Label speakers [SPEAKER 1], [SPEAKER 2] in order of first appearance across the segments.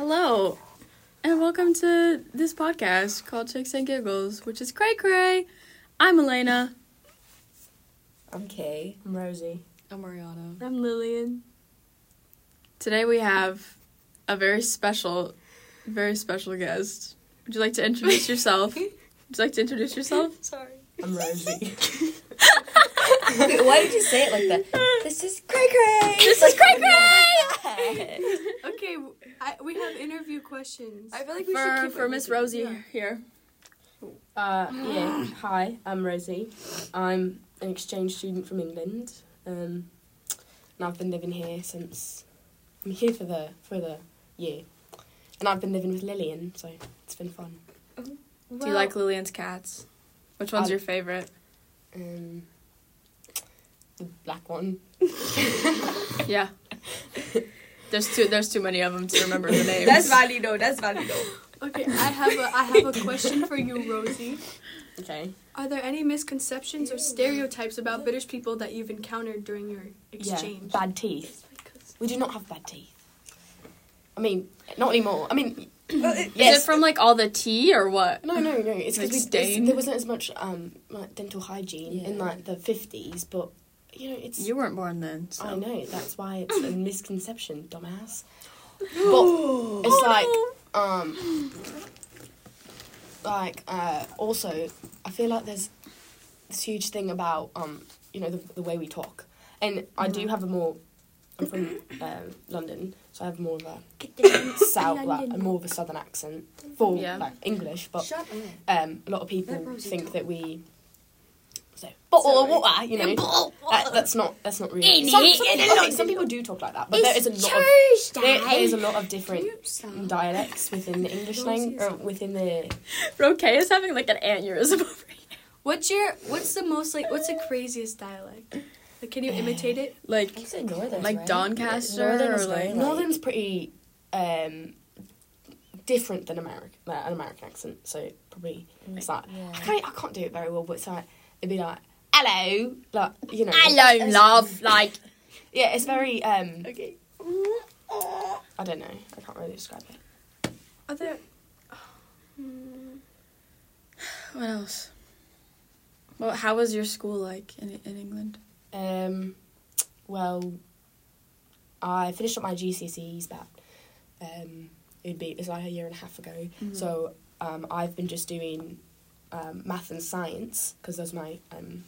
[SPEAKER 1] Hello, and welcome to this podcast called Chicks and Giggles, which is cray cray. I'm Elena.
[SPEAKER 2] I'm Kay.
[SPEAKER 3] I'm Rosie.
[SPEAKER 4] I'm Ariana.
[SPEAKER 3] I'm Lillian.
[SPEAKER 1] Today we have a very special, very special guest. Would you like to introduce yourself? Would you like to introduce yourself?
[SPEAKER 4] Sorry.
[SPEAKER 3] I'm Rosie.
[SPEAKER 2] Wait, why did you say it like that? This is cray cray.
[SPEAKER 1] This is cray
[SPEAKER 2] cray.
[SPEAKER 3] okay, w I we have interview questions.
[SPEAKER 4] I feel like we
[SPEAKER 1] For
[SPEAKER 4] should keep
[SPEAKER 1] for
[SPEAKER 4] it
[SPEAKER 1] Miss
[SPEAKER 4] moving.
[SPEAKER 1] Rosie
[SPEAKER 3] yeah.
[SPEAKER 1] here.
[SPEAKER 3] Uh, yeah. Hi, I'm Rosie. I'm an exchange student from England, um, and I've been living here since I'm here for the for the year, and I've been living with Lillian, so it's been fun.
[SPEAKER 1] Do you like Lillian's cats? Which one's
[SPEAKER 3] I-
[SPEAKER 1] your favorite?
[SPEAKER 3] Um, the black one.
[SPEAKER 1] Yeah. There's too there's too many of them to remember the names.
[SPEAKER 2] That's valido. That's valido.
[SPEAKER 5] Okay, I have a I have a question for you, Rosie.
[SPEAKER 3] Okay.
[SPEAKER 5] Are there any misconceptions or stereotypes about British people that you've encountered during your exchange?
[SPEAKER 3] Yeah. Bad teeth. We do not have bad teeth. I mean, not anymore. I mean,
[SPEAKER 1] Is it from like all the tea or what?
[SPEAKER 3] No, no, no. It's
[SPEAKER 1] Like
[SPEAKER 3] because
[SPEAKER 1] stain?
[SPEAKER 3] there wasn't as much um like dental hygiene in
[SPEAKER 2] Yeah.
[SPEAKER 3] like the fifties, but you know it's.
[SPEAKER 1] You weren't born then. So.
[SPEAKER 3] I know that's why it's a misconception, dumbass. But it's like um like uh also I feel like there's this huge thing about um you know the, the way we talk, and I
[SPEAKER 2] Mm-hmm.
[SPEAKER 3] do have a more. I'm from um, London, so I have more of a south, like a more of a southern accent for
[SPEAKER 1] Yeah.
[SPEAKER 3] like English, but
[SPEAKER 2] Shut up.
[SPEAKER 3] um, a lot of people
[SPEAKER 2] Let Rosie
[SPEAKER 3] think
[SPEAKER 2] talk.
[SPEAKER 3] that we. So, but or what? You know, that, that's not that's not really. Some, some, people, okay, some people do talk like that, but there is a lot of there, there's a lot of different dialects within the English language or within the.
[SPEAKER 1] Roque is having like an aneurysm over here.
[SPEAKER 5] What's your What's the most like What's the craziest dialect? Like, can you imitate it?
[SPEAKER 1] Like
[SPEAKER 2] You said northern.
[SPEAKER 1] like
[SPEAKER 2] right?
[SPEAKER 1] Doncaster
[SPEAKER 2] Northern
[SPEAKER 1] or
[SPEAKER 2] Australia.
[SPEAKER 1] like
[SPEAKER 3] Northern's pretty um, different than American uh, an American accent, so probably it's like
[SPEAKER 2] Yeah.
[SPEAKER 3] I can't I can't do it very well, but it's like it'd be like hello, like you know,
[SPEAKER 1] hello love like
[SPEAKER 3] yeah, it's very um,
[SPEAKER 1] okay
[SPEAKER 3] I don't know, I can't really describe it.
[SPEAKER 5] Are there
[SPEAKER 1] what else well how was your school like in, in england
[SPEAKER 3] Um, well, I finished up my GCSEs about E um, it'd be it was like a year and a half ago.
[SPEAKER 1] Mm-hmm.
[SPEAKER 3] So um, I've been just doing um, math and science because those are my um,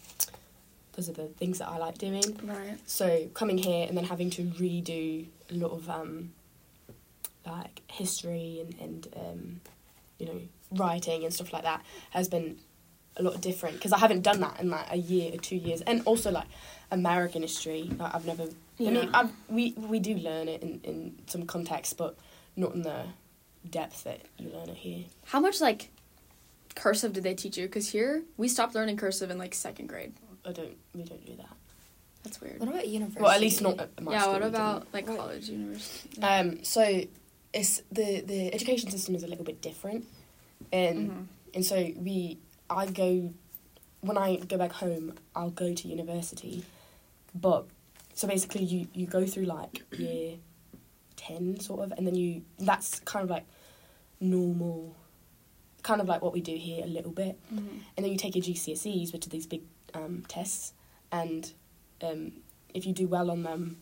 [SPEAKER 3] those are the things that I like doing.
[SPEAKER 1] right
[SPEAKER 3] So coming here and then having to redo a lot of um, like history and and um, you know writing and stuff like that has been a lot different because I haven't done that in like a year or two years, and also like American history. Like I've never. I mean, I've, we we do learn it in in some context, but not in the depth that you learn it here.
[SPEAKER 1] how much like cursive did they teach you because here we stopped learning cursive in like second grade
[SPEAKER 3] I don't. We don't do that.
[SPEAKER 1] that's weird
[SPEAKER 2] What about university?
[SPEAKER 3] Well, at least not at my
[SPEAKER 1] yeah
[SPEAKER 3] school.
[SPEAKER 1] what
[SPEAKER 3] we didn't.
[SPEAKER 1] about like
[SPEAKER 2] What-
[SPEAKER 1] college university
[SPEAKER 3] Um, so it's the the education system is a little bit different, and
[SPEAKER 1] Mm-hmm.
[SPEAKER 3] and so we I go when I go back home I'll go to university, but so basically you you go through like year ten sort of, and then you that's kind of like normal, kind of like what we do here a little bit,
[SPEAKER 1] Mhm.
[SPEAKER 3] and then you take your GCSEs, which are these big um, tests, and um, if you do well on them,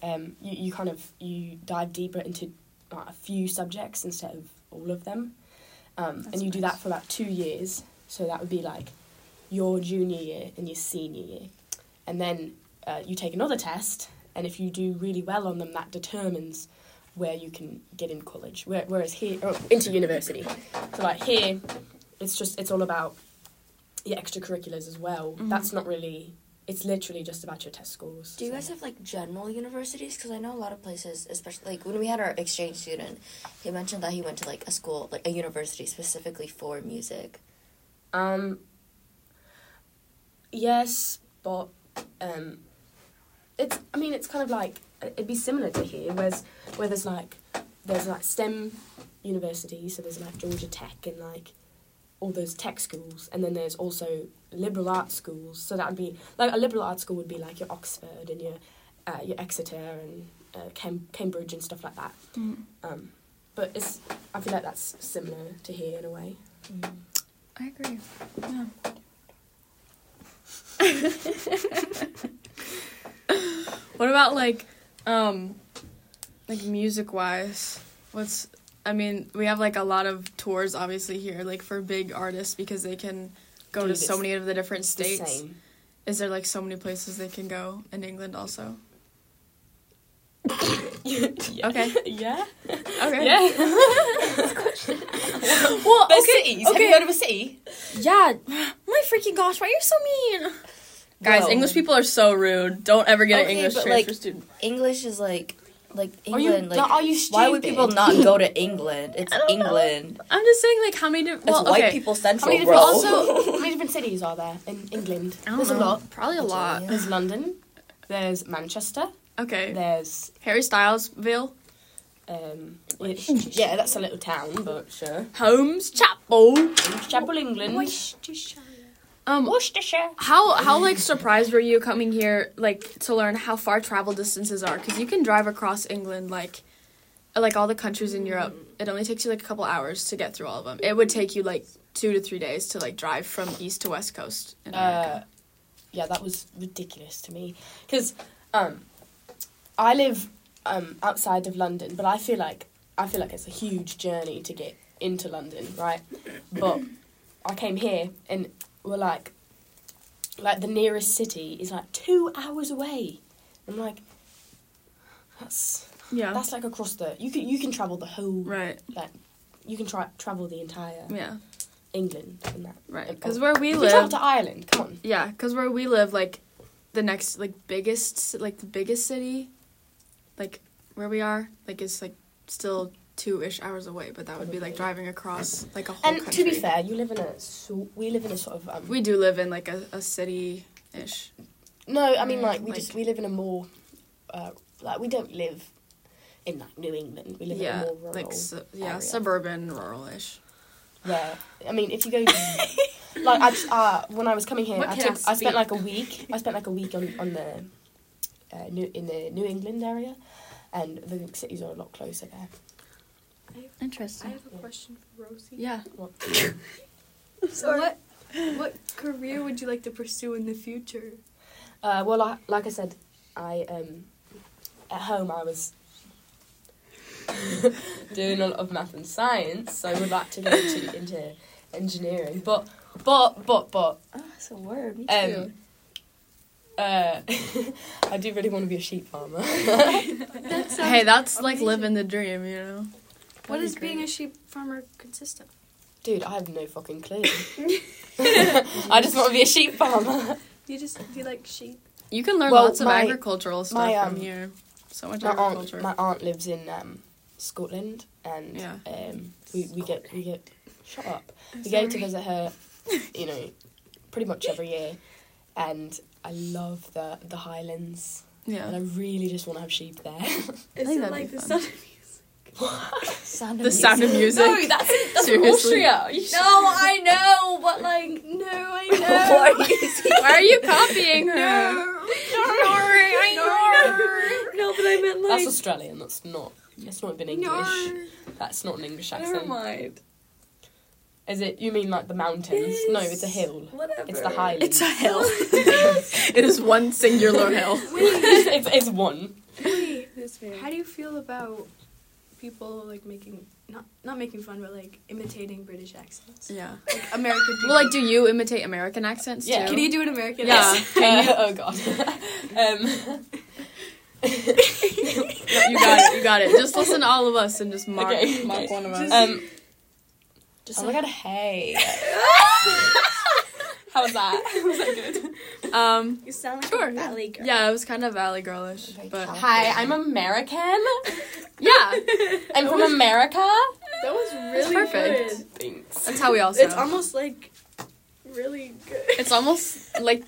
[SPEAKER 3] um, you, you kind of you dive deeper into uh, a few subjects instead of all of them, um, and
[SPEAKER 1] That's
[SPEAKER 3] you do
[SPEAKER 1] nice.
[SPEAKER 3] that for about two years. So that would be like your junior year and your senior year, and then uh, you take another test, and if you do really well on them, that determines where you can get in college. Where, whereas here, or into university. So like here, it's just it's all about the extracurriculars as well. That's not really. It's literally just about your test scores.
[SPEAKER 2] Mm-hmm. Do you
[SPEAKER 3] so-
[SPEAKER 2] guys have like general universities? Because I know a lot of places, especially like when we had our exchange student, he mentioned that he went to like a school, like a university specifically for music.
[SPEAKER 3] Um. Yes, but um, it's. I mean, it's kind of like it'd be similar to here, where's where there's like there's like STEM universities, so there's like Georgia Tech and like all those tech schools, and then there's also liberal arts schools. So that would be like a liberal arts school would be like your Oxford and your uh, your Exeter and uh, Cam- Cambridge and stuff like that. Um, But it's I feel like that's similar to here in a way.
[SPEAKER 1] I agree. Yeah. what about like um like music wise? What's I mean, we have like a lot of tours obviously here, like for big artists because they can go
[SPEAKER 3] Dude,
[SPEAKER 1] to so
[SPEAKER 3] it's
[SPEAKER 1] many of the different
[SPEAKER 3] It's the
[SPEAKER 1] states.
[SPEAKER 3] same.
[SPEAKER 1] Is there like so many places they can go in England also?
[SPEAKER 3] yeah.
[SPEAKER 1] Okay.
[SPEAKER 3] Yeah.
[SPEAKER 1] Okay.
[SPEAKER 3] well,
[SPEAKER 2] But
[SPEAKER 3] okay,
[SPEAKER 2] cities. Have
[SPEAKER 3] Okay.
[SPEAKER 2] you heard of a city?
[SPEAKER 1] Yeah. My freaking gosh, why are you so mean? Guys,
[SPEAKER 2] Well-
[SPEAKER 1] English people are so rude. Don't ever get
[SPEAKER 2] Okay,
[SPEAKER 1] an English
[SPEAKER 2] but,
[SPEAKER 1] transfer
[SPEAKER 2] like,
[SPEAKER 1] student.
[SPEAKER 2] English is like, like
[SPEAKER 3] Are you-
[SPEAKER 2] England. like,
[SPEAKER 3] are you
[SPEAKER 2] Why would people
[SPEAKER 3] stupid?
[SPEAKER 2] not go to England? It's
[SPEAKER 1] I don't know.
[SPEAKER 2] England.
[SPEAKER 1] I'm just saying, like, how many? Di-
[SPEAKER 2] It's
[SPEAKER 1] well,
[SPEAKER 2] white
[SPEAKER 1] okay.
[SPEAKER 2] people
[SPEAKER 3] How
[SPEAKER 2] central,
[SPEAKER 3] many
[SPEAKER 2] bro.
[SPEAKER 3] different, also, how many different cities are there in England?
[SPEAKER 1] I don't
[SPEAKER 3] There's
[SPEAKER 1] know.
[SPEAKER 3] a lot.
[SPEAKER 1] Probably a lot.
[SPEAKER 2] Yeah.
[SPEAKER 3] There's London. There's Manchester.
[SPEAKER 1] Okay.
[SPEAKER 3] There's
[SPEAKER 1] Harry Stylesville,
[SPEAKER 3] um, yeah, that's a little town, but sure.
[SPEAKER 1] Holmes Chapel.
[SPEAKER 3] Chapel, England.
[SPEAKER 1] Um,
[SPEAKER 3] Worcestershire.
[SPEAKER 1] how how like surprised were you coming here like to learn how far travel distances are? Because you can drive across England like, like all the countries in Europe. It only takes you like a couple hours to get through all of them. It would take you like two to three days to like drive from east to west coast in
[SPEAKER 3] Uh,
[SPEAKER 1] America.
[SPEAKER 3] yeah, that was ridiculous to me because um, I live um, outside of London, but I feel like I feel like it's a huge journey to get into London, right? But I came here and we're like, like the nearest city is like two hours away. I'm like, that's
[SPEAKER 1] yeah.
[SPEAKER 3] that's like across the you can you can travel the whole
[SPEAKER 1] right.
[SPEAKER 3] like you can try travel the entire
[SPEAKER 1] Yeah.
[SPEAKER 3] England and that
[SPEAKER 1] Right.
[SPEAKER 3] and- oh,
[SPEAKER 1] Because where we
[SPEAKER 3] you can
[SPEAKER 1] live.
[SPEAKER 3] travel to Ireland. Come on.
[SPEAKER 1] Yeah, because where we live, like the next like biggest like the biggest city, like where we are, like is like still two ish hours away. But that would be like driving across like a whole.
[SPEAKER 3] And
[SPEAKER 1] country.
[SPEAKER 3] to be fair, you live in a so we live in a sort of um,
[SPEAKER 1] we do live in like a, a city ish.
[SPEAKER 3] no, I mean like we
[SPEAKER 1] Like-
[SPEAKER 3] just we live in a more uh, like we don't live in like New England. We live
[SPEAKER 1] Yeah,
[SPEAKER 3] in a more rural.
[SPEAKER 1] like su- yeah,
[SPEAKER 3] area.
[SPEAKER 1] suburban rural ish.
[SPEAKER 3] where I mean, if you go to, like I just, uh, when I was coming here,
[SPEAKER 1] What
[SPEAKER 3] I,
[SPEAKER 1] can I
[SPEAKER 3] took, I
[SPEAKER 1] speak?
[SPEAKER 3] spent like a week. I spent like a week on on the uh, new in the New England area, and the big cities are a lot closer there.
[SPEAKER 5] I
[SPEAKER 1] Interesting.
[SPEAKER 5] have a question for Rosie.
[SPEAKER 1] Yeah.
[SPEAKER 5] So what what career would you like to pursue in the future?
[SPEAKER 3] Uh, well, I, like I said, I um, at home I was doing a lot of math and science, so I would like to go to, into engineering. But but but but
[SPEAKER 2] Oh, that's a word. Me
[SPEAKER 3] um, uh, I do really want to be a sheep farmer.
[SPEAKER 1] Hey, that's like
[SPEAKER 5] amazing.
[SPEAKER 1] living the dream, you know.
[SPEAKER 5] What
[SPEAKER 1] That'd be
[SPEAKER 5] does being a
[SPEAKER 1] great.
[SPEAKER 5] sheep farmer consist of?
[SPEAKER 3] Dude, I have no fucking clue. I just want to be a sheep farmer.
[SPEAKER 5] You just you like sheep.
[SPEAKER 1] You can learn
[SPEAKER 3] Well,
[SPEAKER 1] lots of
[SPEAKER 3] my-
[SPEAKER 1] agricultural stuff
[SPEAKER 3] um,
[SPEAKER 1] from here. So much
[SPEAKER 3] My aunt,
[SPEAKER 1] agriculture.
[SPEAKER 3] my aunt lives in um, Scotland, and
[SPEAKER 1] Yeah.
[SPEAKER 3] um, we, we get we get shut up. We go to visit her, you know, pretty much every year, and I love the the Highlands, and
[SPEAKER 1] yeah.
[SPEAKER 3] I really just want to have sheep there.
[SPEAKER 5] Is
[SPEAKER 1] think
[SPEAKER 5] it
[SPEAKER 1] that'd
[SPEAKER 5] like
[SPEAKER 1] be
[SPEAKER 5] the
[SPEAKER 1] fun.
[SPEAKER 5] sound
[SPEAKER 2] Sound
[SPEAKER 1] The sound of music.
[SPEAKER 2] that's
[SPEAKER 1] that's Seriously.
[SPEAKER 2] No, I know, but like,
[SPEAKER 5] No, I
[SPEAKER 2] Why
[SPEAKER 5] know.
[SPEAKER 2] is he-
[SPEAKER 1] Why are you copying her?
[SPEAKER 2] No, but I meant
[SPEAKER 3] That's Australian. That's not. That's not been English.
[SPEAKER 5] No.
[SPEAKER 3] That's not an English
[SPEAKER 2] Never
[SPEAKER 3] accent.
[SPEAKER 2] mind.
[SPEAKER 3] Is it? You mean like the mountains? No, it's a hill.
[SPEAKER 2] Whatever.
[SPEAKER 3] It's the Highlands.
[SPEAKER 1] It's a hill. it is one singular hill.
[SPEAKER 3] it's, it's one.
[SPEAKER 5] Wait, how do you feel about people like making not not making fun, but like imitating British accents,
[SPEAKER 1] Yeah.
[SPEAKER 5] like American people?
[SPEAKER 1] Well, like, do you imitate American accents
[SPEAKER 3] Yeah.
[SPEAKER 1] too?
[SPEAKER 5] can you do an American?
[SPEAKER 1] Yeah.
[SPEAKER 5] accent?
[SPEAKER 3] Uh, oh god. um,
[SPEAKER 1] You got it. You got it. Just listen to all of us and just mock,
[SPEAKER 3] Okay.
[SPEAKER 1] mock one of us.
[SPEAKER 3] um,
[SPEAKER 2] Just
[SPEAKER 3] oh
[SPEAKER 2] like-
[SPEAKER 3] my god. Hey. How was that? Was that good?
[SPEAKER 1] Um,
[SPEAKER 2] You sound like
[SPEAKER 1] Sure.
[SPEAKER 2] a valley girl.
[SPEAKER 1] yeah, it was kind of valley girlish,
[SPEAKER 2] Very
[SPEAKER 1] but
[SPEAKER 2] calm.
[SPEAKER 3] Hi, I'm American.
[SPEAKER 1] yeah,
[SPEAKER 3] I'm from America.
[SPEAKER 5] that was
[SPEAKER 1] it's
[SPEAKER 5] really
[SPEAKER 1] perfect.
[SPEAKER 5] good.
[SPEAKER 3] Thanks.
[SPEAKER 1] That's how we all sound.
[SPEAKER 5] It's almost like really good.
[SPEAKER 1] It's almost like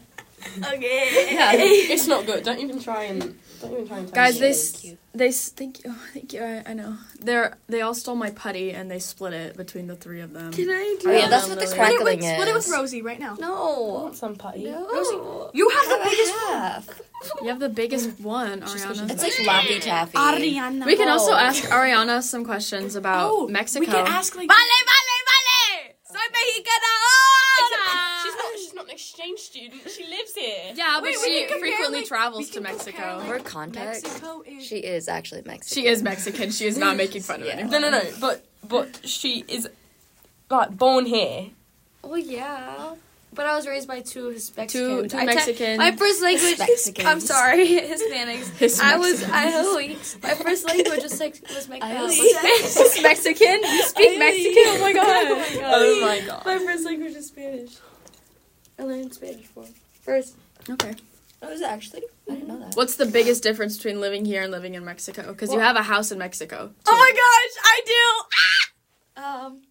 [SPEAKER 5] okay.
[SPEAKER 1] yeah.
[SPEAKER 3] It's not good. Don't even try and Don't even try and tell
[SPEAKER 1] Guys,
[SPEAKER 3] me.
[SPEAKER 1] they
[SPEAKER 2] Thank
[SPEAKER 1] s-
[SPEAKER 2] you.
[SPEAKER 1] They s- thank you, oh, thank you. I, I know they're they all stole my putty and they split it between the three of them.
[SPEAKER 5] Can I do
[SPEAKER 2] Oh,
[SPEAKER 1] I don't
[SPEAKER 2] yeah,
[SPEAKER 5] it?
[SPEAKER 2] that's
[SPEAKER 1] know,
[SPEAKER 2] what
[SPEAKER 1] Lily.
[SPEAKER 2] the
[SPEAKER 5] Split it,
[SPEAKER 2] crackling
[SPEAKER 5] with,
[SPEAKER 2] is.
[SPEAKER 5] split it with Rosie right now.
[SPEAKER 3] I
[SPEAKER 2] No.
[SPEAKER 3] want some putty.
[SPEAKER 2] No.
[SPEAKER 5] You have the
[SPEAKER 2] Have a
[SPEAKER 5] biggest
[SPEAKER 2] half.
[SPEAKER 1] You have the biggest one,
[SPEAKER 3] She's- she's
[SPEAKER 1] Ariana.
[SPEAKER 2] It's like Laffy Taffy.
[SPEAKER 5] Ariana.
[SPEAKER 1] we can also
[SPEAKER 2] Oh.
[SPEAKER 1] ask Ariana some questions about
[SPEAKER 5] Oh,
[SPEAKER 1] Mexico.
[SPEAKER 5] We can ask like.
[SPEAKER 1] Vale, vale, vale! Soy mexicana ahora!
[SPEAKER 3] She's not, she's not an exchange student. She lives here.
[SPEAKER 1] yeah, but
[SPEAKER 5] Wait, we
[SPEAKER 1] she
[SPEAKER 5] can compare,
[SPEAKER 1] frequently
[SPEAKER 5] like- we
[SPEAKER 1] travels to
[SPEAKER 5] can compare,
[SPEAKER 1] Mexico.
[SPEAKER 5] like-
[SPEAKER 2] Her context.
[SPEAKER 5] Mexico is.
[SPEAKER 2] She is actually Mexican.
[SPEAKER 1] she is Mexican. She is not making fun of
[SPEAKER 2] Yeah.
[SPEAKER 1] anyone.
[SPEAKER 3] No, no, no. But but she is like born here.
[SPEAKER 4] Oh yeah. But I was raised by two Hispanics.
[SPEAKER 1] Two- two
[SPEAKER 4] I te-
[SPEAKER 1] Mexicans.
[SPEAKER 4] my first language.
[SPEAKER 2] Mexicans.
[SPEAKER 4] I'm sorry, Hispanics.
[SPEAKER 1] His
[SPEAKER 4] I was
[SPEAKER 1] Mexican.
[SPEAKER 4] I Howie. My first language was like was Mexican.
[SPEAKER 2] Aioli.
[SPEAKER 1] She's Mexican. You speak Mexican. Oh my god.
[SPEAKER 3] Oh my god.
[SPEAKER 4] My first language is Spanish. I learned Spanish for first.
[SPEAKER 1] Okay.
[SPEAKER 2] Oh, is it actually? I didn't know that.
[SPEAKER 1] What's the biggest difference between living here and living in Mexico? Because you
[SPEAKER 4] Well-
[SPEAKER 1] have a house in Mexico.
[SPEAKER 4] Oh my gosh, I do. Um,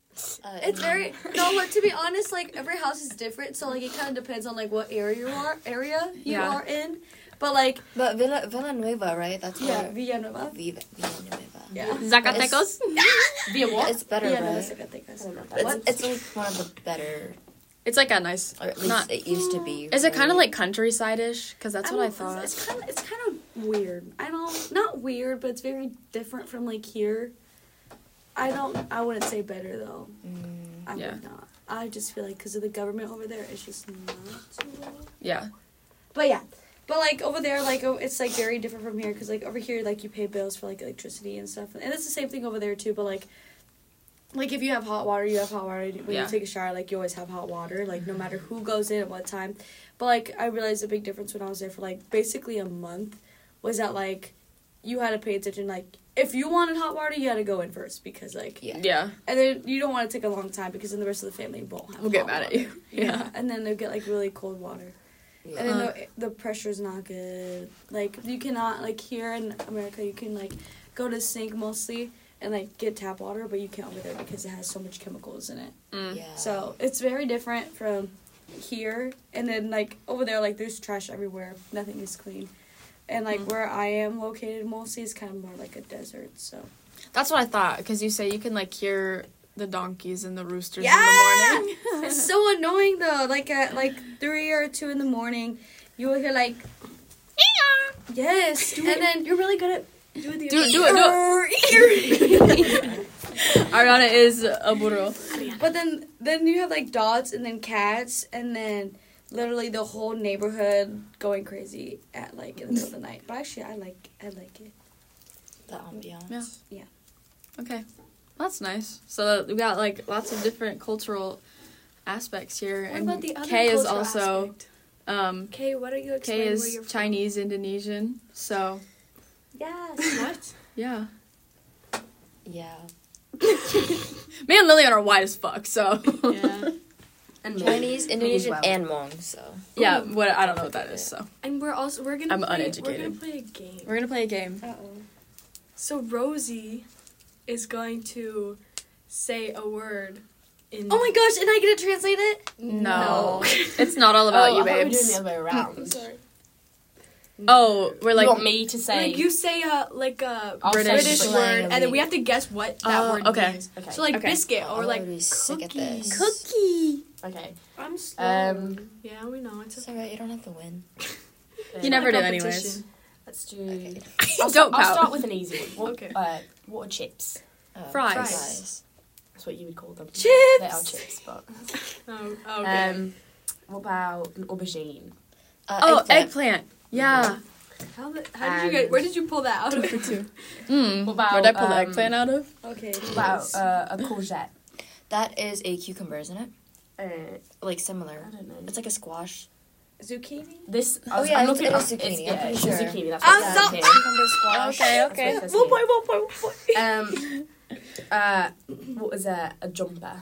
[SPEAKER 2] Uh,
[SPEAKER 4] it's very no, but to be honest, like every house is different, so like it kind of depends on like what area you are area you
[SPEAKER 1] Yeah.
[SPEAKER 4] are in. But like
[SPEAKER 2] But Villa Villanueva, right? That's
[SPEAKER 4] yeah,
[SPEAKER 2] where
[SPEAKER 4] Villanueva.
[SPEAKER 2] Viva, Villanueva.
[SPEAKER 4] Yeah.
[SPEAKER 1] Zacatecos.
[SPEAKER 3] Via what?
[SPEAKER 2] It's better,
[SPEAKER 4] Villanueva.
[SPEAKER 2] right?
[SPEAKER 4] Zacatecas.
[SPEAKER 2] It's, it's like one of the better,
[SPEAKER 1] It's like a nice.
[SPEAKER 2] or at least
[SPEAKER 1] Not-
[SPEAKER 2] it used to be.
[SPEAKER 1] Is it kind of
[SPEAKER 2] right?
[SPEAKER 1] like countryside-ish? Because that's what I
[SPEAKER 4] don't know,
[SPEAKER 1] thought.
[SPEAKER 4] It's kind of it's kind of weird. I don't not weird, but it's very different from like here. I don't. I wouldn't say better though.
[SPEAKER 2] Mm,
[SPEAKER 4] I
[SPEAKER 1] Yeah.
[SPEAKER 4] would not. I just feel like because of the government over there, it's just not. so well.
[SPEAKER 1] Yeah.
[SPEAKER 4] But yeah, but like over there, like oh, it's like very different from here because like over here, like you pay bills for like electricity and stuff, and it's the same thing over there too. But like. Like if you have hot water, you have hot water. When
[SPEAKER 1] Yeah. Mm-hmm.
[SPEAKER 4] you take a shower, like you always have hot water, like no matter who goes in at what time. But like I realized a big difference when I was there for like basically a month was that like you had to pay attention like if you wanted hot water you had to go in first because like
[SPEAKER 2] Yeah.
[SPEAKER 1] Yeah.
[SPEAKER 4] and then you don't want to take a long time because then the rest of the family won't have
[SPEAKER 1] We'll get
[SPEAKER 4] hot
[SPEAKER 1] mad at
[SPEAKER 4] water.
[SPEAKER 1] you. Yeah.
[SPEAKER 4] and then they'll get like really cold water
[SPEAKER 2] Yeah.
[SPEAKER 4] and then
[SPEAKER 1] Uh.
[SPEAKER 4] the, the pressure's not good like you cannot like here in America you can like go to the sink mostly and like get tap water but you can't over there because it has so much chemicals in it
[SPEAKER 1] Mm.
[SPEAKER 2] Yeah.
[SPEAKER 4] so it's very different from here. And then like over there, like there's trash everywhere. Nothing is clean. And like where I am located mostly is kind of more like a desert. So
[SPEAKER 1] That's what I thought. Because you say you can like hear the donkeys and the roosters in the
[SPEAKER 4] Yeah!
[SPEAKER 1] morning.
[SPEAKER 4] it's so annoying though. Like at like three or two in the morning, you will hear like yes, and then you're really good at doing the
[SPEAKER 1] Do it, do it, do it. Ariana is a burro.
[SPEAKER 4] But then then you have like dogs and then cats and then literally the whole neighborhood going crazy at like in the middle of the night. But actually I like I like it.
[SPEAKER 2] the ambiance.
[SPEAKER 1] Yeah.
[SPEAKER 4] Yeah.
[SPEAKER 1] Okay. That's nice. So uh, we got like lots of different cultural aspects here.
[SPEAKER 5] What
[SPEAKER 1] and
[SPEAKER 5] about the other
[SPEAKER 1] Kay is
[SPEAKER 5] cultural
[SPEAKER 1] also
[SPEAKER 5] aspect?
[SPEAKER 1] um
[SPEAKER 5] Kay, what are you explaining?
[SPEAKER 1] Kay
[SPEAKER 5] where
[SPEAKER 1] is
[SPEAKER 5] you're from?
[SPEAKER 1] Chinese Indonesian. So
[SPEAKER 4] Yes.
[SPEAKER 5] What?
[SPEAKER 1] yeah.
[SPEAKER 2] Yeah.
[SPEAKER 1] Me and Lillian are white as fuck, so
[SPEAKER 5] Yeah.
[SPEAKER 2] And Chinese, Indonesian,
[SPEAKER 3] well.
[SPEAKER 2] and Hmong. So
[SPEAKER 1] yeah, what I don't know what that is, so
[SPEAKER 5] And we're also we're gonna.
[SPEAKER 1] I'm
[SPEAKER 5] play, We're gonna
[SPEAKER 1] uneducated.
[SPEAKER 5] play a game.
[SPEAKER 1] we're gonna play a game.
[SPEAKER 4] Uh oh.
[SPEAKER 5] So Rosie is going to say a word in.
[SPEAKER 4] Oh my gosh, and I get to translate it?
[SPEAKER 1] No. It's not all about
[SPEAKER 3] oh,
[SPEAKER 1] you,
[SPEAKER 3] I thought we were doing
[SPEAKER 1] babes.
[SPEAKER 3] the other way around.
[SPEAKER 1] Oh, we're
[SPEAKER 3] you
[SPEAKER 1] like
[SPEAKER 3] want me to say?
[SPEAKER 5] Like you say a like a
[SPEAKER 3] I'll
[SPEAKER 1] British
[SPEAKER 5] British
[SPEAKER 1] slang
[SPEAKER 5] word, and then we have to guess what that
[SPEAKER 1] Oh,
[SPEAKER 5] word
[SPEAKER 1] okay.
[SPEAKER 5] means.
[SPEAKER 3] Okay.
[SPEAKER 5] So like
[SPEAKER 1] Okay.
[SPEAKER 5] biscuit or like
[SPEAKER 2] I'm sick at this.
[SPEAKER 3] cookies.
[SPEAKER 1] cookie.
[SPEAKER 3] okay.
[SPEAKER 4] I'm slow.
[SPEAKER 3] Um,
[SPEAKER 5] yeah, we know it's
[SPEAKER 2] It's
[SPEAKER 5] a
[SPEAKER 2] alright. You don't have to win.
[SPEAKER 1] You never
[SPEAKER 5] a
[SPEAKER 1] do
[SPEAKER 5] competition.
[SPEAKER 1] anyways.
[SPEAKER 3] Let's do.
[SPEAKER 2] Okay.
[SPEAKER 1] Don't
[SPEAKER 3] I'll, start, I'll
[SPEAKER 1] pout.
[SPEAKER 3] start with an easy one. What,
[SPEAKER 5] Okay.
[SPEAKER 3] Uh, what are chips?
[SPEAKER 2] Oh,
[SPEAKER 1] Fries.
[SPEAKER 2] fries.
[SPEAKER 3] That's what you would call them.
[SPEAKER 4] Chips!
[SPEAKER 3] They are chips, but.
[SPEAKER 5] Oh, okay.
[SPEAKER 3] Um, what about an aubergine?
[SPEAKER 2] Uh,
[SPEAKER 1] Oh,
[SPEAKER 2] eggplant.
[SPEAKER 1] eggplant. Yeah.
[SPEAKER 5] how, the, how did you
[SPEAKER 1] um,
[SPEAKER 5] get? Where did you pull that out? of?
[SPEAKER 1] Mm.
[SPEAKER 3] What about,
[SPEAKER 1] Where'd I pull the
[SPEAKER 3] um,
[SPEAKER 1] eggplant out of?
[SPEAKER 4] Okay.
[SPEAKER 3] What about uh, a courgette?
[SPEAKER 2] That is a cucumber, isn't it?
[SPEAKER 3] Uh,
[SPEAKER 2] Like
[SPEAKER 3] I
[SPEAKER 2] similar.
[SPEAKER 3] don't know.
[SPEAKER 2] It's like a squash.
[SPEAKER 4] Zucchini?
[SPEAKER 3] This.
[SPEAKER 2] Oh, yeah, it's-
[SPEAKER 3] I'm looking
[SPEAKER 2] it
[SPEAKER 3] up-
[SPEAKER 2] is zucchini,
[SPEAKER 3] yeah,
[SPEAKER 2] I'm pretty
[SPEAKER 3] it's
[SPEAKER 2] sure.
[SPEAKER 3] zucchini. That's
[SPEAKER 4] I'm
[SPEAKER 3] what
[SPEAKER 4] so-
[SPEAKER 3] it is.
[SPEAKER 2] Cucumber squash.
[SPEAKER 1] Okay, okay.
[SPEAKER 3] That's
[SPEAKER 4] One
[SPEAKER 3] what
[SPEAKER 4] point, one point, one point.
[SPEAKER 3] it says here. Um, uh, what is a a jumper?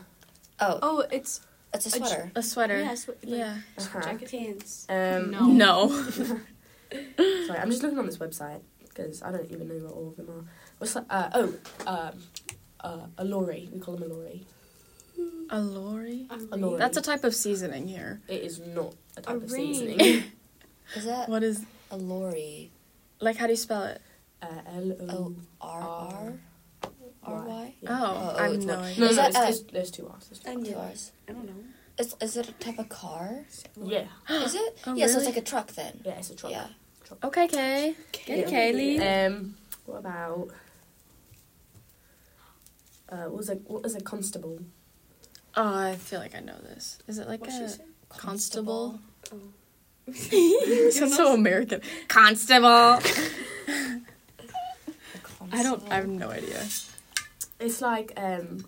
[SPEAKER 2] Oh,
[SPEAKER 5] Oh, it's
[SPEAKER 2] it's a sweater.
[SPEAKER 1] A sweater.
[SPEAKER 5] yeah, sw- like,
[SPEAKER 1] Yeah.
[SPEAKER 3] Uh-huh.
[SPEAKER 4] Pants.
[SPEAKER 3] Um,
[SPEAKER 5] No.
[SPEAKER 1] No.
[SPEAKER 3] Sorry, I'm just looking on this website because I don't even know what all of them are. What's that? Uh, oh, um, uh, a lorry. We call them a lorry.
[SPEAKER 1] A lorry.
[SPEAKER 5] a
[SPEAKER 3] A lorry.
[SPEAKER 5] ring.
[SPEAKER 1] That's a type of seasoning here.
[SPEAKER 3] It is not a type
[SPEAKER 5] A
[SPEAKER 3] of
[SPEAKER 5] ring.
[SPEAKER 3] seasoning.
[SPEAKER 2] Is that
[SPEAKER 1] What is
[SPEAKER 2] a lorry?
[SPEAKER 1] Like, how do you spell it?
[SPEAKER 3] Uh, L O
[SPEAKER 2] O R R R Y.
[SPEAKER 3] Yeah.
[SPEAKER 1] Oh,
[SPEAKER 2] Oh,
[SPEAKER 1] I have
[SPEAKER 2] it's
[SPEAKER 1] no
[SPEAKER 2] one.
[SPEAKER 1] idea.
[SPEAKER 3] No,
[SPEAKER 2] Is
[SPEAKER 3] no,
[SPEAKER 2] that
[SPEAKER 3] it's,
[SPEAKER 2] a-
[SPEAKER 3] there's, there's two R's. There's two
[SPEAKER 4] And
[SPEAKER 2] Two
[SPEAKER 4] yeah,
[SPEAKER 2] R's.
[SPEAKER 4] I don't know.
[SPEAKER 2] Is is it a type of car?
[SPEAKER 3] Yeah,
[SPEAKER 2] Is it?
[SPEAKER 1] Oh,
[SPEAKER 2] yeah, so
[SPEAKER 1] really?
[SPEAKER 2] it's like a truck then.
[SPEAKER 3] yeah, it's a truck.
[SPEAKER 2] Yeah.
[SPEAKER 1] Okay, Kay. Get Kaylee.
[SPEAKER 3] Um, what about? Uh, what was a what was a constable?
[SPEAKER 1] Oh, I feel like I know this. Is it like
[SPEAKER 4] What'd
[SPEAKER 1] a
[SPEAKER 4] she say?
[SPEAKER 1] constable?
[SPEAKER 4] Constable.
[SPEAKER 1] Sounds so American. Constable.
[SPEAKER 2] A
[SPEAKER 1] I don't.
[SPEAKER 2] constable.
[SPEAKER 1] I have no idea.
[SPEAKER 3] It's like um,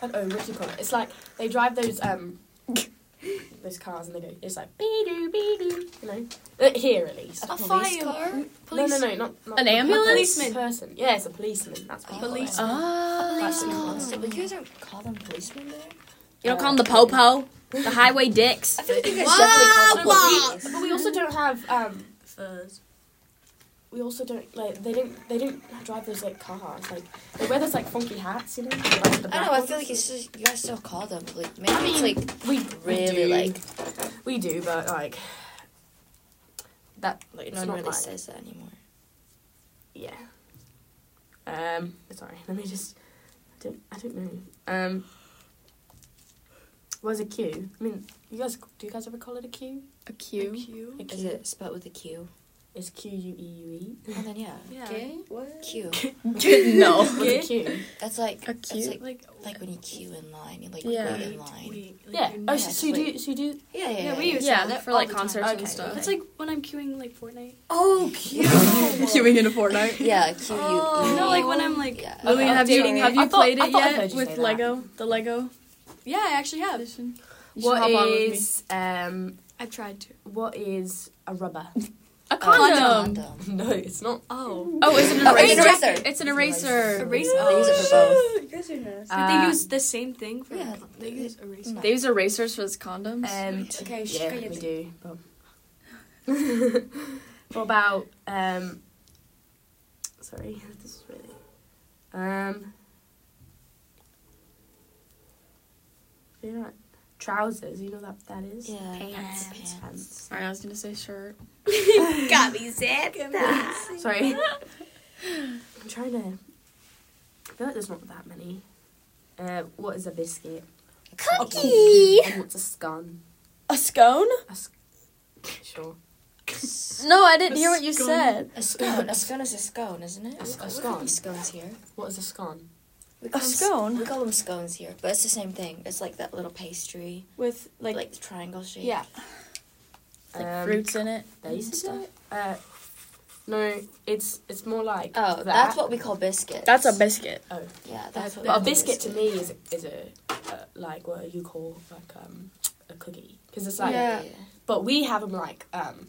[SPEAKER 3] I don't know what do you call it. It's like they drive those um, those cars and they go. It's like bee doo bee doo. You know, Uh, here at least.
[SPEAKER 2] A
[SPEAKER 5] fire.
[SPEAKER 2] police car?
[SPEAKER 3] No, no, no, not, not
[SPEAKER 1] An
[SPEAKER 3] not a
[SPEAKER 1] ambulance?
[SPEAKER 3] policeman. Person. Yeah, it's a policeman. That's what you call it.
[SPEAKER 5] Police.
[SPEAKER 1] Oh.
[SPEAKER 2] That's a constable. You guys don't call them policemen there?
[SPEAKER 1] You don't call them the popo, the highway dicks.
[SPEAKER 2] I feel like you guys
[SPEAKER 1] Whoa,
[SPEAKER 2] definitely call
[SPEAKER 1] whoa.
[SPEAKER 2] them police.
[SPEAKER 3] But we also don't have um,
[SPEAKER 5] Fuzz.
[SPEAKER 3] we also don't like they don't they don't drive those like cars like they wear those like funky hats you know. Like, the
[SPEAKER 2] I
[SPEAKER 3] black
[SPEAKER 2] don't know, I
[SPEAKER 3] ones.
[SPEAKER 2] feel like it's just, you guys still call them police. Maybe
[SPEAKER 3] I
[SPEAKER 2] it's
[SPEAKER 3] mean,
[SPEAKER 2] like
[SPEAKER 3] we
[SPEAKER 2] really
[SPEAKER 3] do.
[SPEAKER 2] like
[SPEAKER 3] we do, but like that like it's
[SPEAKER 2] no one
[SPEAKER 3] not
[SPEAKER 2] really
[SPEAKER 3] like
[SPEAKER 2] says that anymore.
[SPEAKER 3] yeah. Um, sorry, let me just. I don't. I don't know. Um, was a queue? I mean, you guys. Do you guys ever call it a queue?
[SPEAKER 1] A Q.
[SPEAKER 5] Q.
[SPEAKER 3] A
[SPEAKER 2] Is
[SPEAKER 3] queue.
[SPEAKER 2] it spelled with a Q?
[SPEAKER 3] It's Q U E U E.
[SPEAKER 2] And then yeah,
[SPEAKER 5] Yeah.
[SPEAKER 4] What?
[SPEAKER 2] Q.
[SPEAKER 1] no.
[SPEAKER 3] Was a queue?
[SPEAKER 2] That's like
[SPEAKER 1] A
[SPEAKER 2] that's
[SPEAKER 1] Q?
[SPEAKER 2] like
[SPEAKER 5] Like,
[SPEAKER 2] Like when you queue in line, you like
[SPEAKER 1] Yeah.
[SPEAKER 2] wait in
[SPEAKER 5] wait,
[SPEAKER 2] line.
[SPEAKER 5] wait, like
[SPEAKER 3] Yeah.
[SPEAKER 5] you're
[SPEAKER 3] Oh,
[SPEAKER 5] not-
[SPEAKER 3] so, so you do. So you do.
[SPEAKER 2] Yeah, yeah,
[SPEAKER 5] Yeah, we used
[SPEAKER 1] Yeah,
[SPEAKER 5] to that
[SPEAKER 1] for
[SPEAKER 5] all
[SPEAKER 1] like
[SPEAKER 5] the time.
[SPEAKER 1] concerts
[SPEAKER 3] Okay.
[SPEAKER 1] and stuff.
[SPEAKER 5] That's like when I'm queuing like Fortnite.
[SPEAKER 4] Oh, cute.
[SPEAKER 1] Queuing in a Fortnite.
[SPEAKER 2] Yeah, Q U E.
[SPEAKER 5] You know, Oh, like when I'm like,
[SPEAKER 2] Yeah.
[SPEAKER 1] Oh,
[SPEAKER 3] Okay,
[SPEAKER 1] have you
[SPEAKER 3] updating it.
[SPEAKER 1] have you
[SPEAKER 3] I thought-
[SPEAKER 1] played
[SPEAKER 3] I
[SPEAKER 1] it
[SPEAKER 3] thought I heard
[SPEAKER 1] yet
[SPEAKER 3] you say
[SPEAKER 1] with
[SPEAKER 3] that.
[SPEAKER 1] Lego? The Lego.
[SPEAKER 5] yeah, I actually have.
[SPEAKER 1] You should hop on with me.
[SPEAKER 3] um?
[SPEAKER 5] I've tried to.
[SPEAKER 3] What is a rubber?
[SPEAKER 1] a
[SPEAKER 2] Oh, Condom.
[SPEAKER 1] condom?
[SPEAKER 3] no, it's not.
[SPEAKER 5] Oh,
[SPEAKER 1] Oh, is it an
[SPEAKER 2] Oh,
[SPEAKER 1] eraser?
[SPEAKER 2] it's an eraser.
[SPEAKER 1] It's an eraser.
[SPEAKER 5] Erase-
[SPEAKER 2] They use it for both.
[SPEAKER 4] you guys are nasty.
[SPEAKER 5] Did
[SPEAKER 3] Uh,
[SPEAKER 5] they use the same thing for?
[SPEAKER 2] yeah, Mm.
[SPEAKER 5] they
[SPEAKER 2] they-
[SPEAKER 5] use erase.
[SPEAKER 2] no.
[SPEAKER 1] They use erasers for his condoms.
[SPEAKER 3] Um,
[SPEAKER 4] Okay,
[SPEAKER 3] yeah,
[SPEAKER 4] shit.
[SPEAKER 3] we do. but- what about um? Sorry, this is really um. You know what? trousers. You know what that that is.
[SPEAKER 2] Yeah.
[SPEAKER 1] Pants.
[SPEAKER 2] Pants.
[SPEAKER 1] Alright, I was gonna say shirt.
[SPEAKER 2] Got me Santa.
[SPEAKER 3] Sorry. I'm trying to. I feel like there's not that many. Uh, what is a biscuit?
[SPEAKER 1] Cookie.
[SPEAKER 3] And what's a scone?
[SPEAKER 1] A scone?
[SPEAKER 3] A sc- sure.
[SPEAKER 1] No, I didn't
[SPEAKER 5] A
[SPEAKER 1] hear what you
[SPEAKER 5] scone.
[SPEAKER 1] said.
[SPEAKER 2] A scone. A scone is a scone, isn't it?
[SPEAKER 3] A sc- a
[SPEAKER 2] We call
[SPEAKER 3] scone.
[SPEAKER 2] them Scones here.
[SPEAKER 3] What is a scone?
[SPEAKER 2] We
[SPEAKER 1] A
[SPEAKER 2] them s-
[SPEAKER 1] scone?
[SPEAKER 2] We call them scones here, but it's the same thing. It's like that little pastry,
[SPEAKER 4] With
[SPEAKER 2] like,
[SPEAKER 4] like,
[SPEAKER 2] the triangle shape.
[SPEAKER 4] yeah.
[SPEAKER 1] Like
[SPEAKER 3] Um,
[SPEAKER 1] fruits in it.
[SPEAKER 3] These stuff. Uh, no, it's it's more like.
[SPEAKER 2] Oh,
[SPEAKER 3] that.
[SPEAKER 2] that's what we call biscuits.
[SPEAKER 1] That's a biscuit.
[SPEAKER 2] Yeah,
[SPEAKER 3] That's
[SPEAKER 2] that's
[SPEAKER 3] but
[SPEAKER 2] what we
[SPEAKER 3] a
[SPEAKER 2] call
[SPEAKER 3] biscuit to
[SPEAKER 2] biscuits.
[SPEAKER 3] me is is a uh, like what you call like um a cookie because it's like.
[SPEAKER 1] Yeah.
[SPEAKER 3] But we have them like um.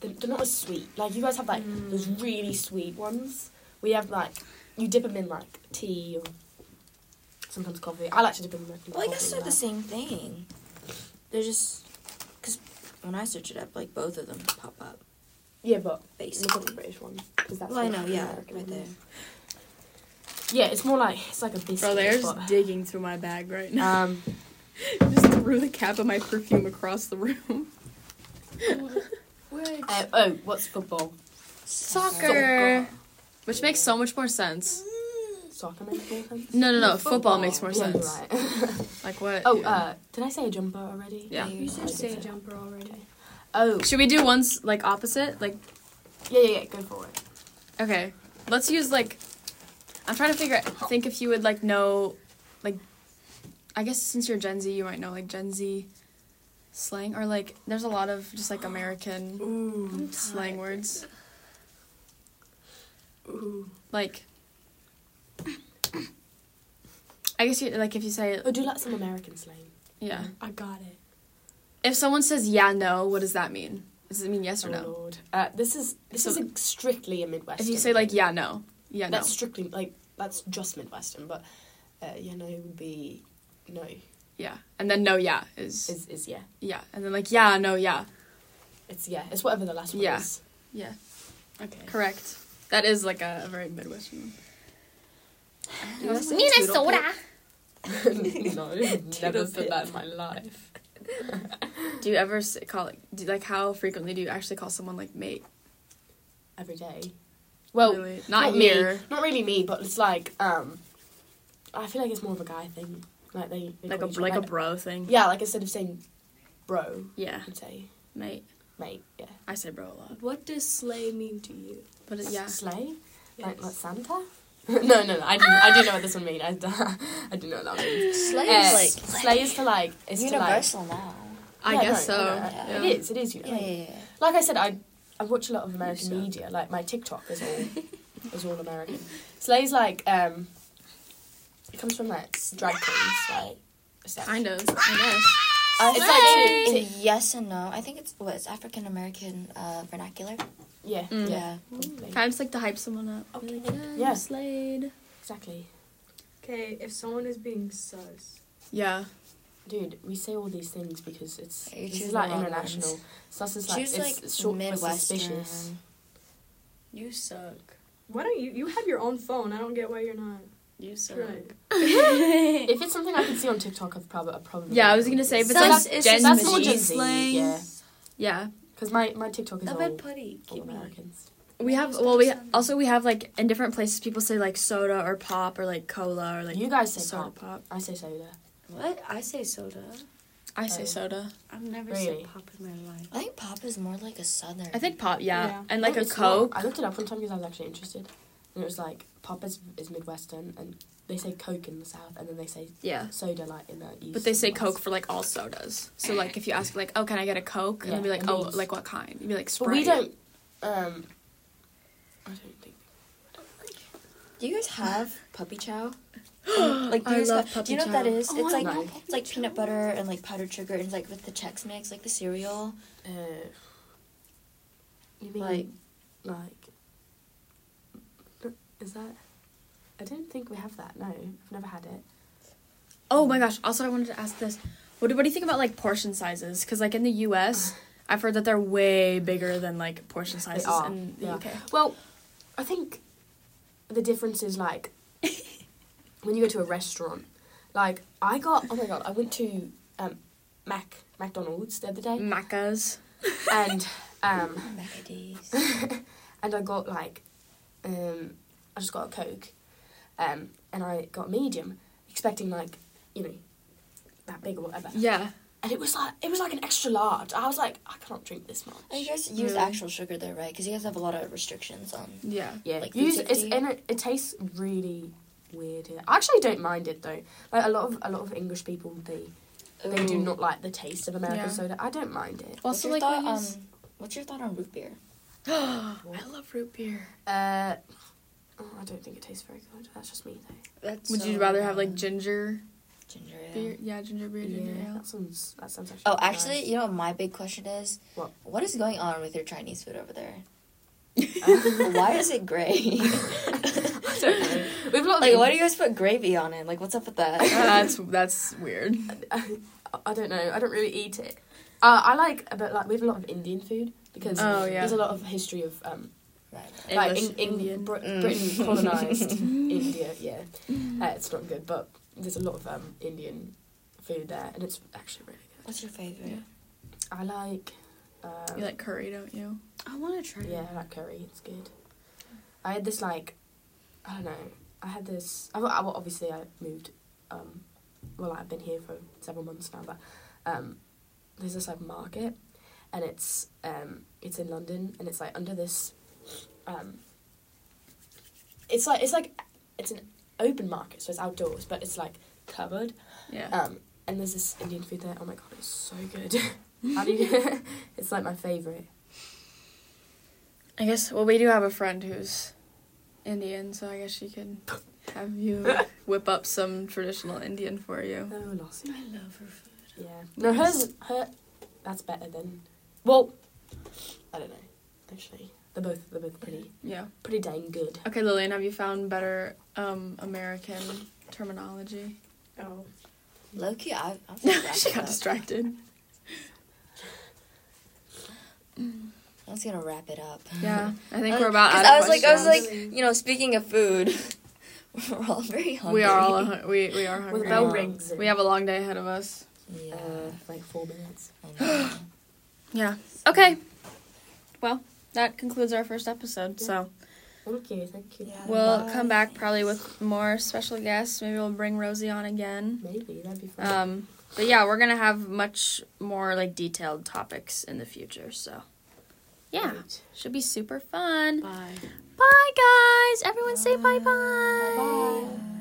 [SPEAKER 3] They're, they're not as sweet. Like you guys have like those really sweet ones. We have like you dip them in like tea or sometimes coffee. I like to dip them in like,
[SPEAKER 2] Well, I
[SPEAKER 3] coffee
[SPEAKER 2] guess they're
[SPEAKER 3] and
[SPEAKER 2] the
[SPEAKER 3] that.
[SPEAKER 2] same thing. They're just because when I search it up, like both of them pop up.
[SPEAKER 3] Yeah, but look at the
[SPEAKER 2] Basically.
[SPEAKER 3] British one because that's.
[SPEAKER 2] Well, I
[SPEAKER 3] the
[SPEAKER 2] know, yeah,
[SPEAKER 3] American
[SPEAKER 2] right
[SPEAKER 3] one.
[SPEAKER 2] there.
[SPEAKER 3] Yeah, it's more like it's like a biscuit.
[SPEAKER 1] Bro, they're just
[SPEAKER 3] but-
[SPEAKER 1] digging through my bag right now.
[SPEAKER 3] um.
[SPEAKER 1] just threw the cap of my perfume across the room.
[SPEAKER 5] Um,
[SPEAKER 3] Uh, oh, what's football?
[SPEAKER 1] Soccer. Which makes so much more sense.
[SPEAKER 3] Soccer makes more sense.
[SPEAKER 1] No, no, no. Football,
[SPEAKER 2] Football.
[SPEAKER 1] makes more
[SPEAKER 3] Yeah, you're
[SPEAKER 1] sense.
[SPEAKER 3] right.
[SPEAKER 1] Like what?
[SPEAKER 3] oh, uh, did I say a jumper already?
[SPEAKER 1] Yeah.
[SPEAKER 5] You
[SPEAKER 2] Yeah.
[SPEAKER 5] said say a jumper already.
[SPEAKER 3] Oh,
[SPEAKER 1] Should we do ones like opposite? Like,
[SPEAKER 3] yeah, yeah, yeah. Go for it.
[SPEAKER 1] okay, let's use like. I'm trying to figure. Think if you would like know, like, I guess since you're Gen Z, you might know like Gen Z slang or like. There's a lot of just like American
[SPEAKER 3] Ooh.
[SPEAKER 1] slang words.
[SPEAKER 3] Ooh.
[SPEAKER 1] Like. I guess you like if you say
[SPEAKER 3] Oh, do you like some American slang?
[SPEAKER 1] yeah.
[SPEAKER 5] I got it.
[SPEAKER 1] If someone says yeah no, what does that mean? Does it mean yes or no?
[SPEAKER 3] Lord. Uh, this is this
[SPEAKER 1] So-
[SPEAKER 3] is a, strictly a Midwest.
[SPEAKER 1] If you say like yeah no, yeah no.
[SPEAKER 3] that's strictly like that's just Midwestern, but uh, yeah, no would be no.
[SPEAKER 1] Yeah. And then no, yeah is
[SPEAKER 3] Is is yeah.
[SPEAKER 1] yeah. And then like yeah, no, yeah.
[SPEAKER 3] It's yeah. It's whatever the last one
[SPEAKER 1] Yeah.
[SPEAKER 3] is.
[SPEAKER 1] Yeah.
[SPEAKER 3] Okay.
[SPEAKER 1] Correct. That is like a, a very Midwestern one.
[SPEAKER 3] no, never said that in my life.
[SPEAKER 1] Do you ever s- call it, do, like, how frequently do you actually call someone like mate?
[SPEAKER 3] every day. Well,
[SPEAKER 5] Really?
[SPEAKER 1] Not,
[SPEAKER 3] me,
[SPEAKER 1] here.
[SPEAKER 3] not really me, but it's like um, I feel like it's more of a guy thing. Like they, they
[SPEAKER 1] Like a
[SPEAKER 3] call each
[SPEAKER 1] like a
[SPEAKER 3] other-
[SPEAKER 1] bro thing.
[SPEAKER 3] yeah, like instead of saying bro,
[SPEAKER 1] Yeah,
[SPEAKER 3] I'd say
[SPEAKER 1] mate.
[SPEAKER 3] mate. Yeah,
[SPEAKER 1] I say bro a lot,
[SPEAKER 5] What does slay mean to you?
[SPEAKER 1] but it, yeah.
[SPEAKER 3] slay. Like what
[SPEAKER 5] Yes.
[SPEAKER 3] Santa? no, no, no. I do. I do know what this one means. I, do- I do know what that means.
[SPEAKER 2] Slay
[SPEAKER 3] Uh,
[SPEAKER 2] is like
[SPEAKER 3] slay is to like. Is
[SPEAKER 2] universal now.
[SPEAKER 3] To,
[SPEAKER 1] I
[SPEAKER 3] like, Yeah,
[SPEAKER 1] guess
[SPEAKER 3] no,
[SPEAKER 1] so.
[SPEAKER 3] no, no,
[SPEAKER 1] yeah.
[SPEAKER 3] It is. It is. You know.
[SPEAKER 2] Yeah, yeah, yeah.
[SPEAKER 3] Like I said, I I watch a lot of American
[SPEAKER 2] suck.
[SPEAKER 3] media. Like my TikTok is all is all American. Slay's like um, it comes from like drag queens, right?
[SPEAKER 1] Kind of. I guess.
[SPEAKER 3] It's like
[SPEAKER 2] In yes and no. I think it's what it's African American uh, vernacular.
[SPEAKER 3] yeah,
[SPEAKER 1] Mm.
[SPEAKER 2] Yeah.
[SPEAKER 1] Kind of just like to hype someone up. Be Like, yeah,
[SPEAKER 3] Yeah.
[SPEAKER 1] you slayed.
[SPEAKER 3] exactly.
[SPEAKER 5] Okay, if someone is being sus,
[SPEAKER 1] Yeah.
[SPEAKER 3] Dude, we say all these things because it's
[SPEAKER 2] You're
[SPEAKER 3] this is
[SPEAKER 2] choosing
[SPEAKER 3] like
[SPEAKER 2] the wrong
[SPEAKER 3] international.
[SPEAKER 2] ones.
[SPEAKER 3] Sus is like
[SPEAKER 2] Choose
[SPEAKER 3] it's
[SPEAKER 2] like
[SPEAKER 3] short for
[SPEAKER 2] Midwestern.
[SPEAKER 3] suspicious.
[SPEAKER 1] You suck.
[SPEAKER 5] why don't you? You have your own phone. I don't get why you're not.
[SPEAKER 1] You suck.
[SPEAKER 5] Right.
[SPEAKER 3] If it's something I can see on TikTok, I've probably, I've probably
[SPEAKER 1] Yeah, I was gonna say, but
[SPEAKER 3] So
[SPEAKER 1] that's
[SPEAKER 3] that's,
[SPEAKER 1] like Gen
[SPEAKER 3] that's more
[SPEAKER 1] Z.
[SPEAKER 3] Gen Z, yeah.
[SPEAKER 1] Yeah,
[SPEAKER 3] Because my, my TikTok is all, all
[SPEAKER 2] putty.
[SPEAKER 3] Americans.
[SPEAKER 1] we have. Well, we also we have like in different places people say like soda or pop or like cola or like
[SPEAKER 3] you guys say
[SPEAKER 1] soda
[SPEAKER 3] pop.
[SPEAKER 1] pop.
[SPEAKER 3] I say soda.
[SPEAKER 6] What? I say soda.
[SPEAKER 1] I
[SPEAKER 3] Oh.
[SPEAKER 1] say soda.
[SPEAKER 6] I've never
[SPEAKER 3] Really?
[SPEAKER 6] said pop in my life.
[SPEAKER 2] I think pop is more like a southern.
[SPEAKER 1] I think pop. Yeah,
[SPEAKER 5] Yeah.
[SPEAKER 1] and like
[SPEAKER 3] No,
[SPEAKER 1] a
[SPEAKER 3] it's not.
[SPEAKER 1] coke.
[SPEAKER 3] I looked it up one time because I was actually interested. And it was like, pop is, is Midwestern, and they say Coke in the South, and then they say
[SPEAKER 1] Yeah.
[SPEAKER 3] soda like in the East.
[SPEAKER 1] But they
[SPEAKER 3] and
[SPEAKER 1] say
[SPEAKER 3] West.
[SPEAKER 1] Coke for like all sodas. So like if you ask like, oh, can I get a Coke? And
[SPEAKER 3] Yeah,
[SPEAKER 1] they'll be like,
[SPEAKER 3] and
[SPEAKER 1] oh,
[SPEAKER 3] these.
[SPEAKER 1] like what kind? You'd be like
[SPEAKER 3] But
[SPEAKER 1] Sprite.
[SPEAKER 3] we don't. Um, I don't think.
[SPEAKER 2] Do you guys have puppy chow?
[SPEAKER 1] like
[SPEAKER 2] do you
[SPEAKER 1] I
[SPEAKER 2] guys
[SPEAKER 1] love
[SPEAKER 2] have-
[SPEAKER 1] puppy
[SPEAKER 2] Do you know what that
[SPEAKER 1] chow.
[SPEAKER 2] is?
[SPEAKER 5] Oh,
[SPEAKER 2] it's
[SPEAKER 5] I
[SPEAKER 2] like
[SPEAKER 3] love
[SPEAKER 2] it's like peanut butter and like powdered sugar and like with the Chex Mix, like the cereal.
[SPEAKER 3] Uh, you mean
[SPEAKER 2] Like-
[SPEAKER 3] like? Is that? I don't think we have that. No, I've never had it.
[SPEAKER 1] Oh my gosh! Also, I wanted to ask this. What do, what do you think about like portion sizes? Because like in the U.S., I've heard that they're way bigger than like portion sizes
[SPEAKER 3] are,
[SPEAKER 1] in the
[SPEAKER 3] yeah.
[SPEAKER 1] U.K.
[SPEAKER 3] Well, I think the difference is like when you go to a restaurant. Like I got oh my god, I went to um, Mac McDonald's the other day,
[SPEAKER 1] Macca's.
[SPEAKER 3] and um,
[SPEAKER 2] Macadies.
[SPEAKER 3] and I got like, um, I just got a coke, um, and I got medium, expecting like, you know, that big or whatever.
[SPEAKER 1] Yeah.
[SPEAKER 3] And it was like it was like an extra large. I was like, I can't drink this much.
[SPEAKER 2] you guys use
[SPEAKER 1] Really?
[SPEAKER 2] actual sugar though, right? Because you guys have a lot of restrictions on.
[SPEAKER 1] Yeah.
[SPEAKER 3] Yeah,
[SPEAKER 2] Like
[SPEAKER 3] use it's
[SPEAKER 2] 350?
[SPEAKER 3] and it, it tastes really weird. Here. I actually don't mind it though. Like a lot of a lot of English people, they they do
[SPEAKER 2] Ooh.
[SPEAKER 3] not like the taste of American
[SPEAKER 1] Yeah.
[SPEAKER 3] soda. I don't mind it.
[SPEAKER 2] What's
[SPEAKER 1] Also,
[SPEAKER 2] your
[SPEAKER 1] like
[SPEAKER 2] thought
[SPEAKER 1] we
[SPEAKER 2] on?
[SPEAKER 1] use-
[SPEAKER 2] What's your thought on root beer?
[SPEAKER 1] I love root beer.
[SPEAKER 3] Uh, oh, I don't think it tastes very good. That's just me though.
[SPEAKER 6] That's
[SPEAKER 1] Would you
[SPEAKER 6] so
[SPEAKER 1] rather have like
[SPEAKER 2] um,
[SPEAKER 1] ginger
[SPEAKER 2] Ginger
[SPEAKER 1] beer?
[SPEAKER 2] ale.
[SPEAKER 1] Yeah, ginger beer, ginger ale.
[SPEAKER 3] that sounds that sounds actually.
[SPEAKER 2] Oh,
[SPEAKER 3] pretty
[SPEAKER 2] actually, you know what my big question is?
[SPEAKER 3] What?
[SPEAKER 2] What is going on with your Chinese food over there?
[SPEAKER 3] nice.
[SPEAKER 2] Why is it gray?
[SPEAKER 3] I don't know. We've a lot of
[SPEAKER 2] like,
[SPEAKER 3] Eng-
[SPEAKER 2] why do you guys put gravy on it? Like, what's up with that?
[SPEAKER 1] that's that's weird.
[SPEAKER 3] I don't know. I don't really eat it. Uh, I like, but like we have a lot of Indian food because
[SPEAKER 1] Oh, yeah.
[SPEAKER 3] there's a lot of history of um,
[SPEAKER 2] Right.
[SPEAKER 3] like
[SPEAKER 1] English,
[SPEAKER 3] in, in
[SPEAKER 1] Indian.
[SPEAKER 3] Brit-
[SPEAKER 2] Mm.
[SPEAKER 3] Britain colonized India. Yeah,
[SPEAKER 1] Mm.
[SPEAKER 3] uh, it's not good, but there's a lot of um, Indian food there, and it's actually really good.
[SPEAKER 2] What's your favorite?
[SPEAKER 3] I like. Um,
[SPEAKER 1] You like curry, don't you?
[SPEAKER 6] I want to try. it.
[SPEAKER 3] Yeah, I like curry. It's good. I had this like, I don't know. I had this. I, well, obviously I moved. Um, well, I've been here for several months now, but um, there's this like market, and it's um, it's in London, and it's like under this. Um, it's like it's like it's an open market, so it's outdoors, but it's like covered.
[SPEAKER 1] Yeah.
[SPEAKER 3] Um, and there's this Indian food there. Oh my god, it's so good. How do you- it's like my favorite.
[SPEAKER 1] I guess. Well, we do have a friend who's Indian, so I guess she can have you whip up some traditional Indian for you.
[SPEAKER 3] Oh, Lassie.
[SPEAKER 6] I love her food.
[SPEAKER 3] Yeah. No, hers, her, that's better than. Well, I don't know. Actually, they're both they're both pretty
[SPEAKER 1] Yeah.
[SPEAKER 3] pretty dang good.
[SPEAKER 1] Okay, Lillian, have you found better um, American terminology?
[SPEAKER 5] oh,
[SPEAKER 2] Low key, I, I'm
[SPEAKER 1] she
[SPEAKER 2] so
[SPEAKER 1] got
[SPEAKER 2] wrapped up.
[SPEAKER 1] distracted.
[SPEAKER 2] I'm just gonna wrap it up.
[SPEAKER 1] Yeah, I think
[SPEAKER 2] Uh,
[SPEAKER 1] we're about out
[SPEAKER 2] 'cause
[SPEAKER 1] of
[SPEAKER 2] I was like, I was
[SPEAKER 1] questions.
[SPEAKER 2] like, you know, speaking of food, we're all very hungry.
[SPEAKER 1] we are all hun- we we are
[SPEAKER 3] With
[SPEAKER 1] hungry.
[SPEAKER 3] bell
[SPEAKER 2] Yeah.
[SPEAKER 3] rings. and,
[SPEAKER 1] We have a long day ahead of us.
[SPEAKER 2] Yeah.
[SPEAKER 3] uh, like four minutes.
[SPEAKER 2] I know.
[SPEAKER 1] Yeah. Okay. Well, that concludes our first episode. So
[SPEAKER 3] Thank you, thank you.
[SPEAKER 2] Yeah.
[SPEAKER 1] we'll
[SPEAKER 2] Bye.
[SPEAKER 1] come back probably with more special guests. Maybe we'll bring Rosie on again.
[SPEAKER 3] Maybe that'd be fun.
[SPEAKER 1] Um, but yeah, we're gonna have much more like detailed topics in the future. So yeah,
[SPEAKER 3] Great.
[SPEAKER 1] should be super fun.
[SPEAKER 6] Bye.
[SPEAKER 1] Bye guys. Everyone say bye bye.
[SPEAKER 3] Bye.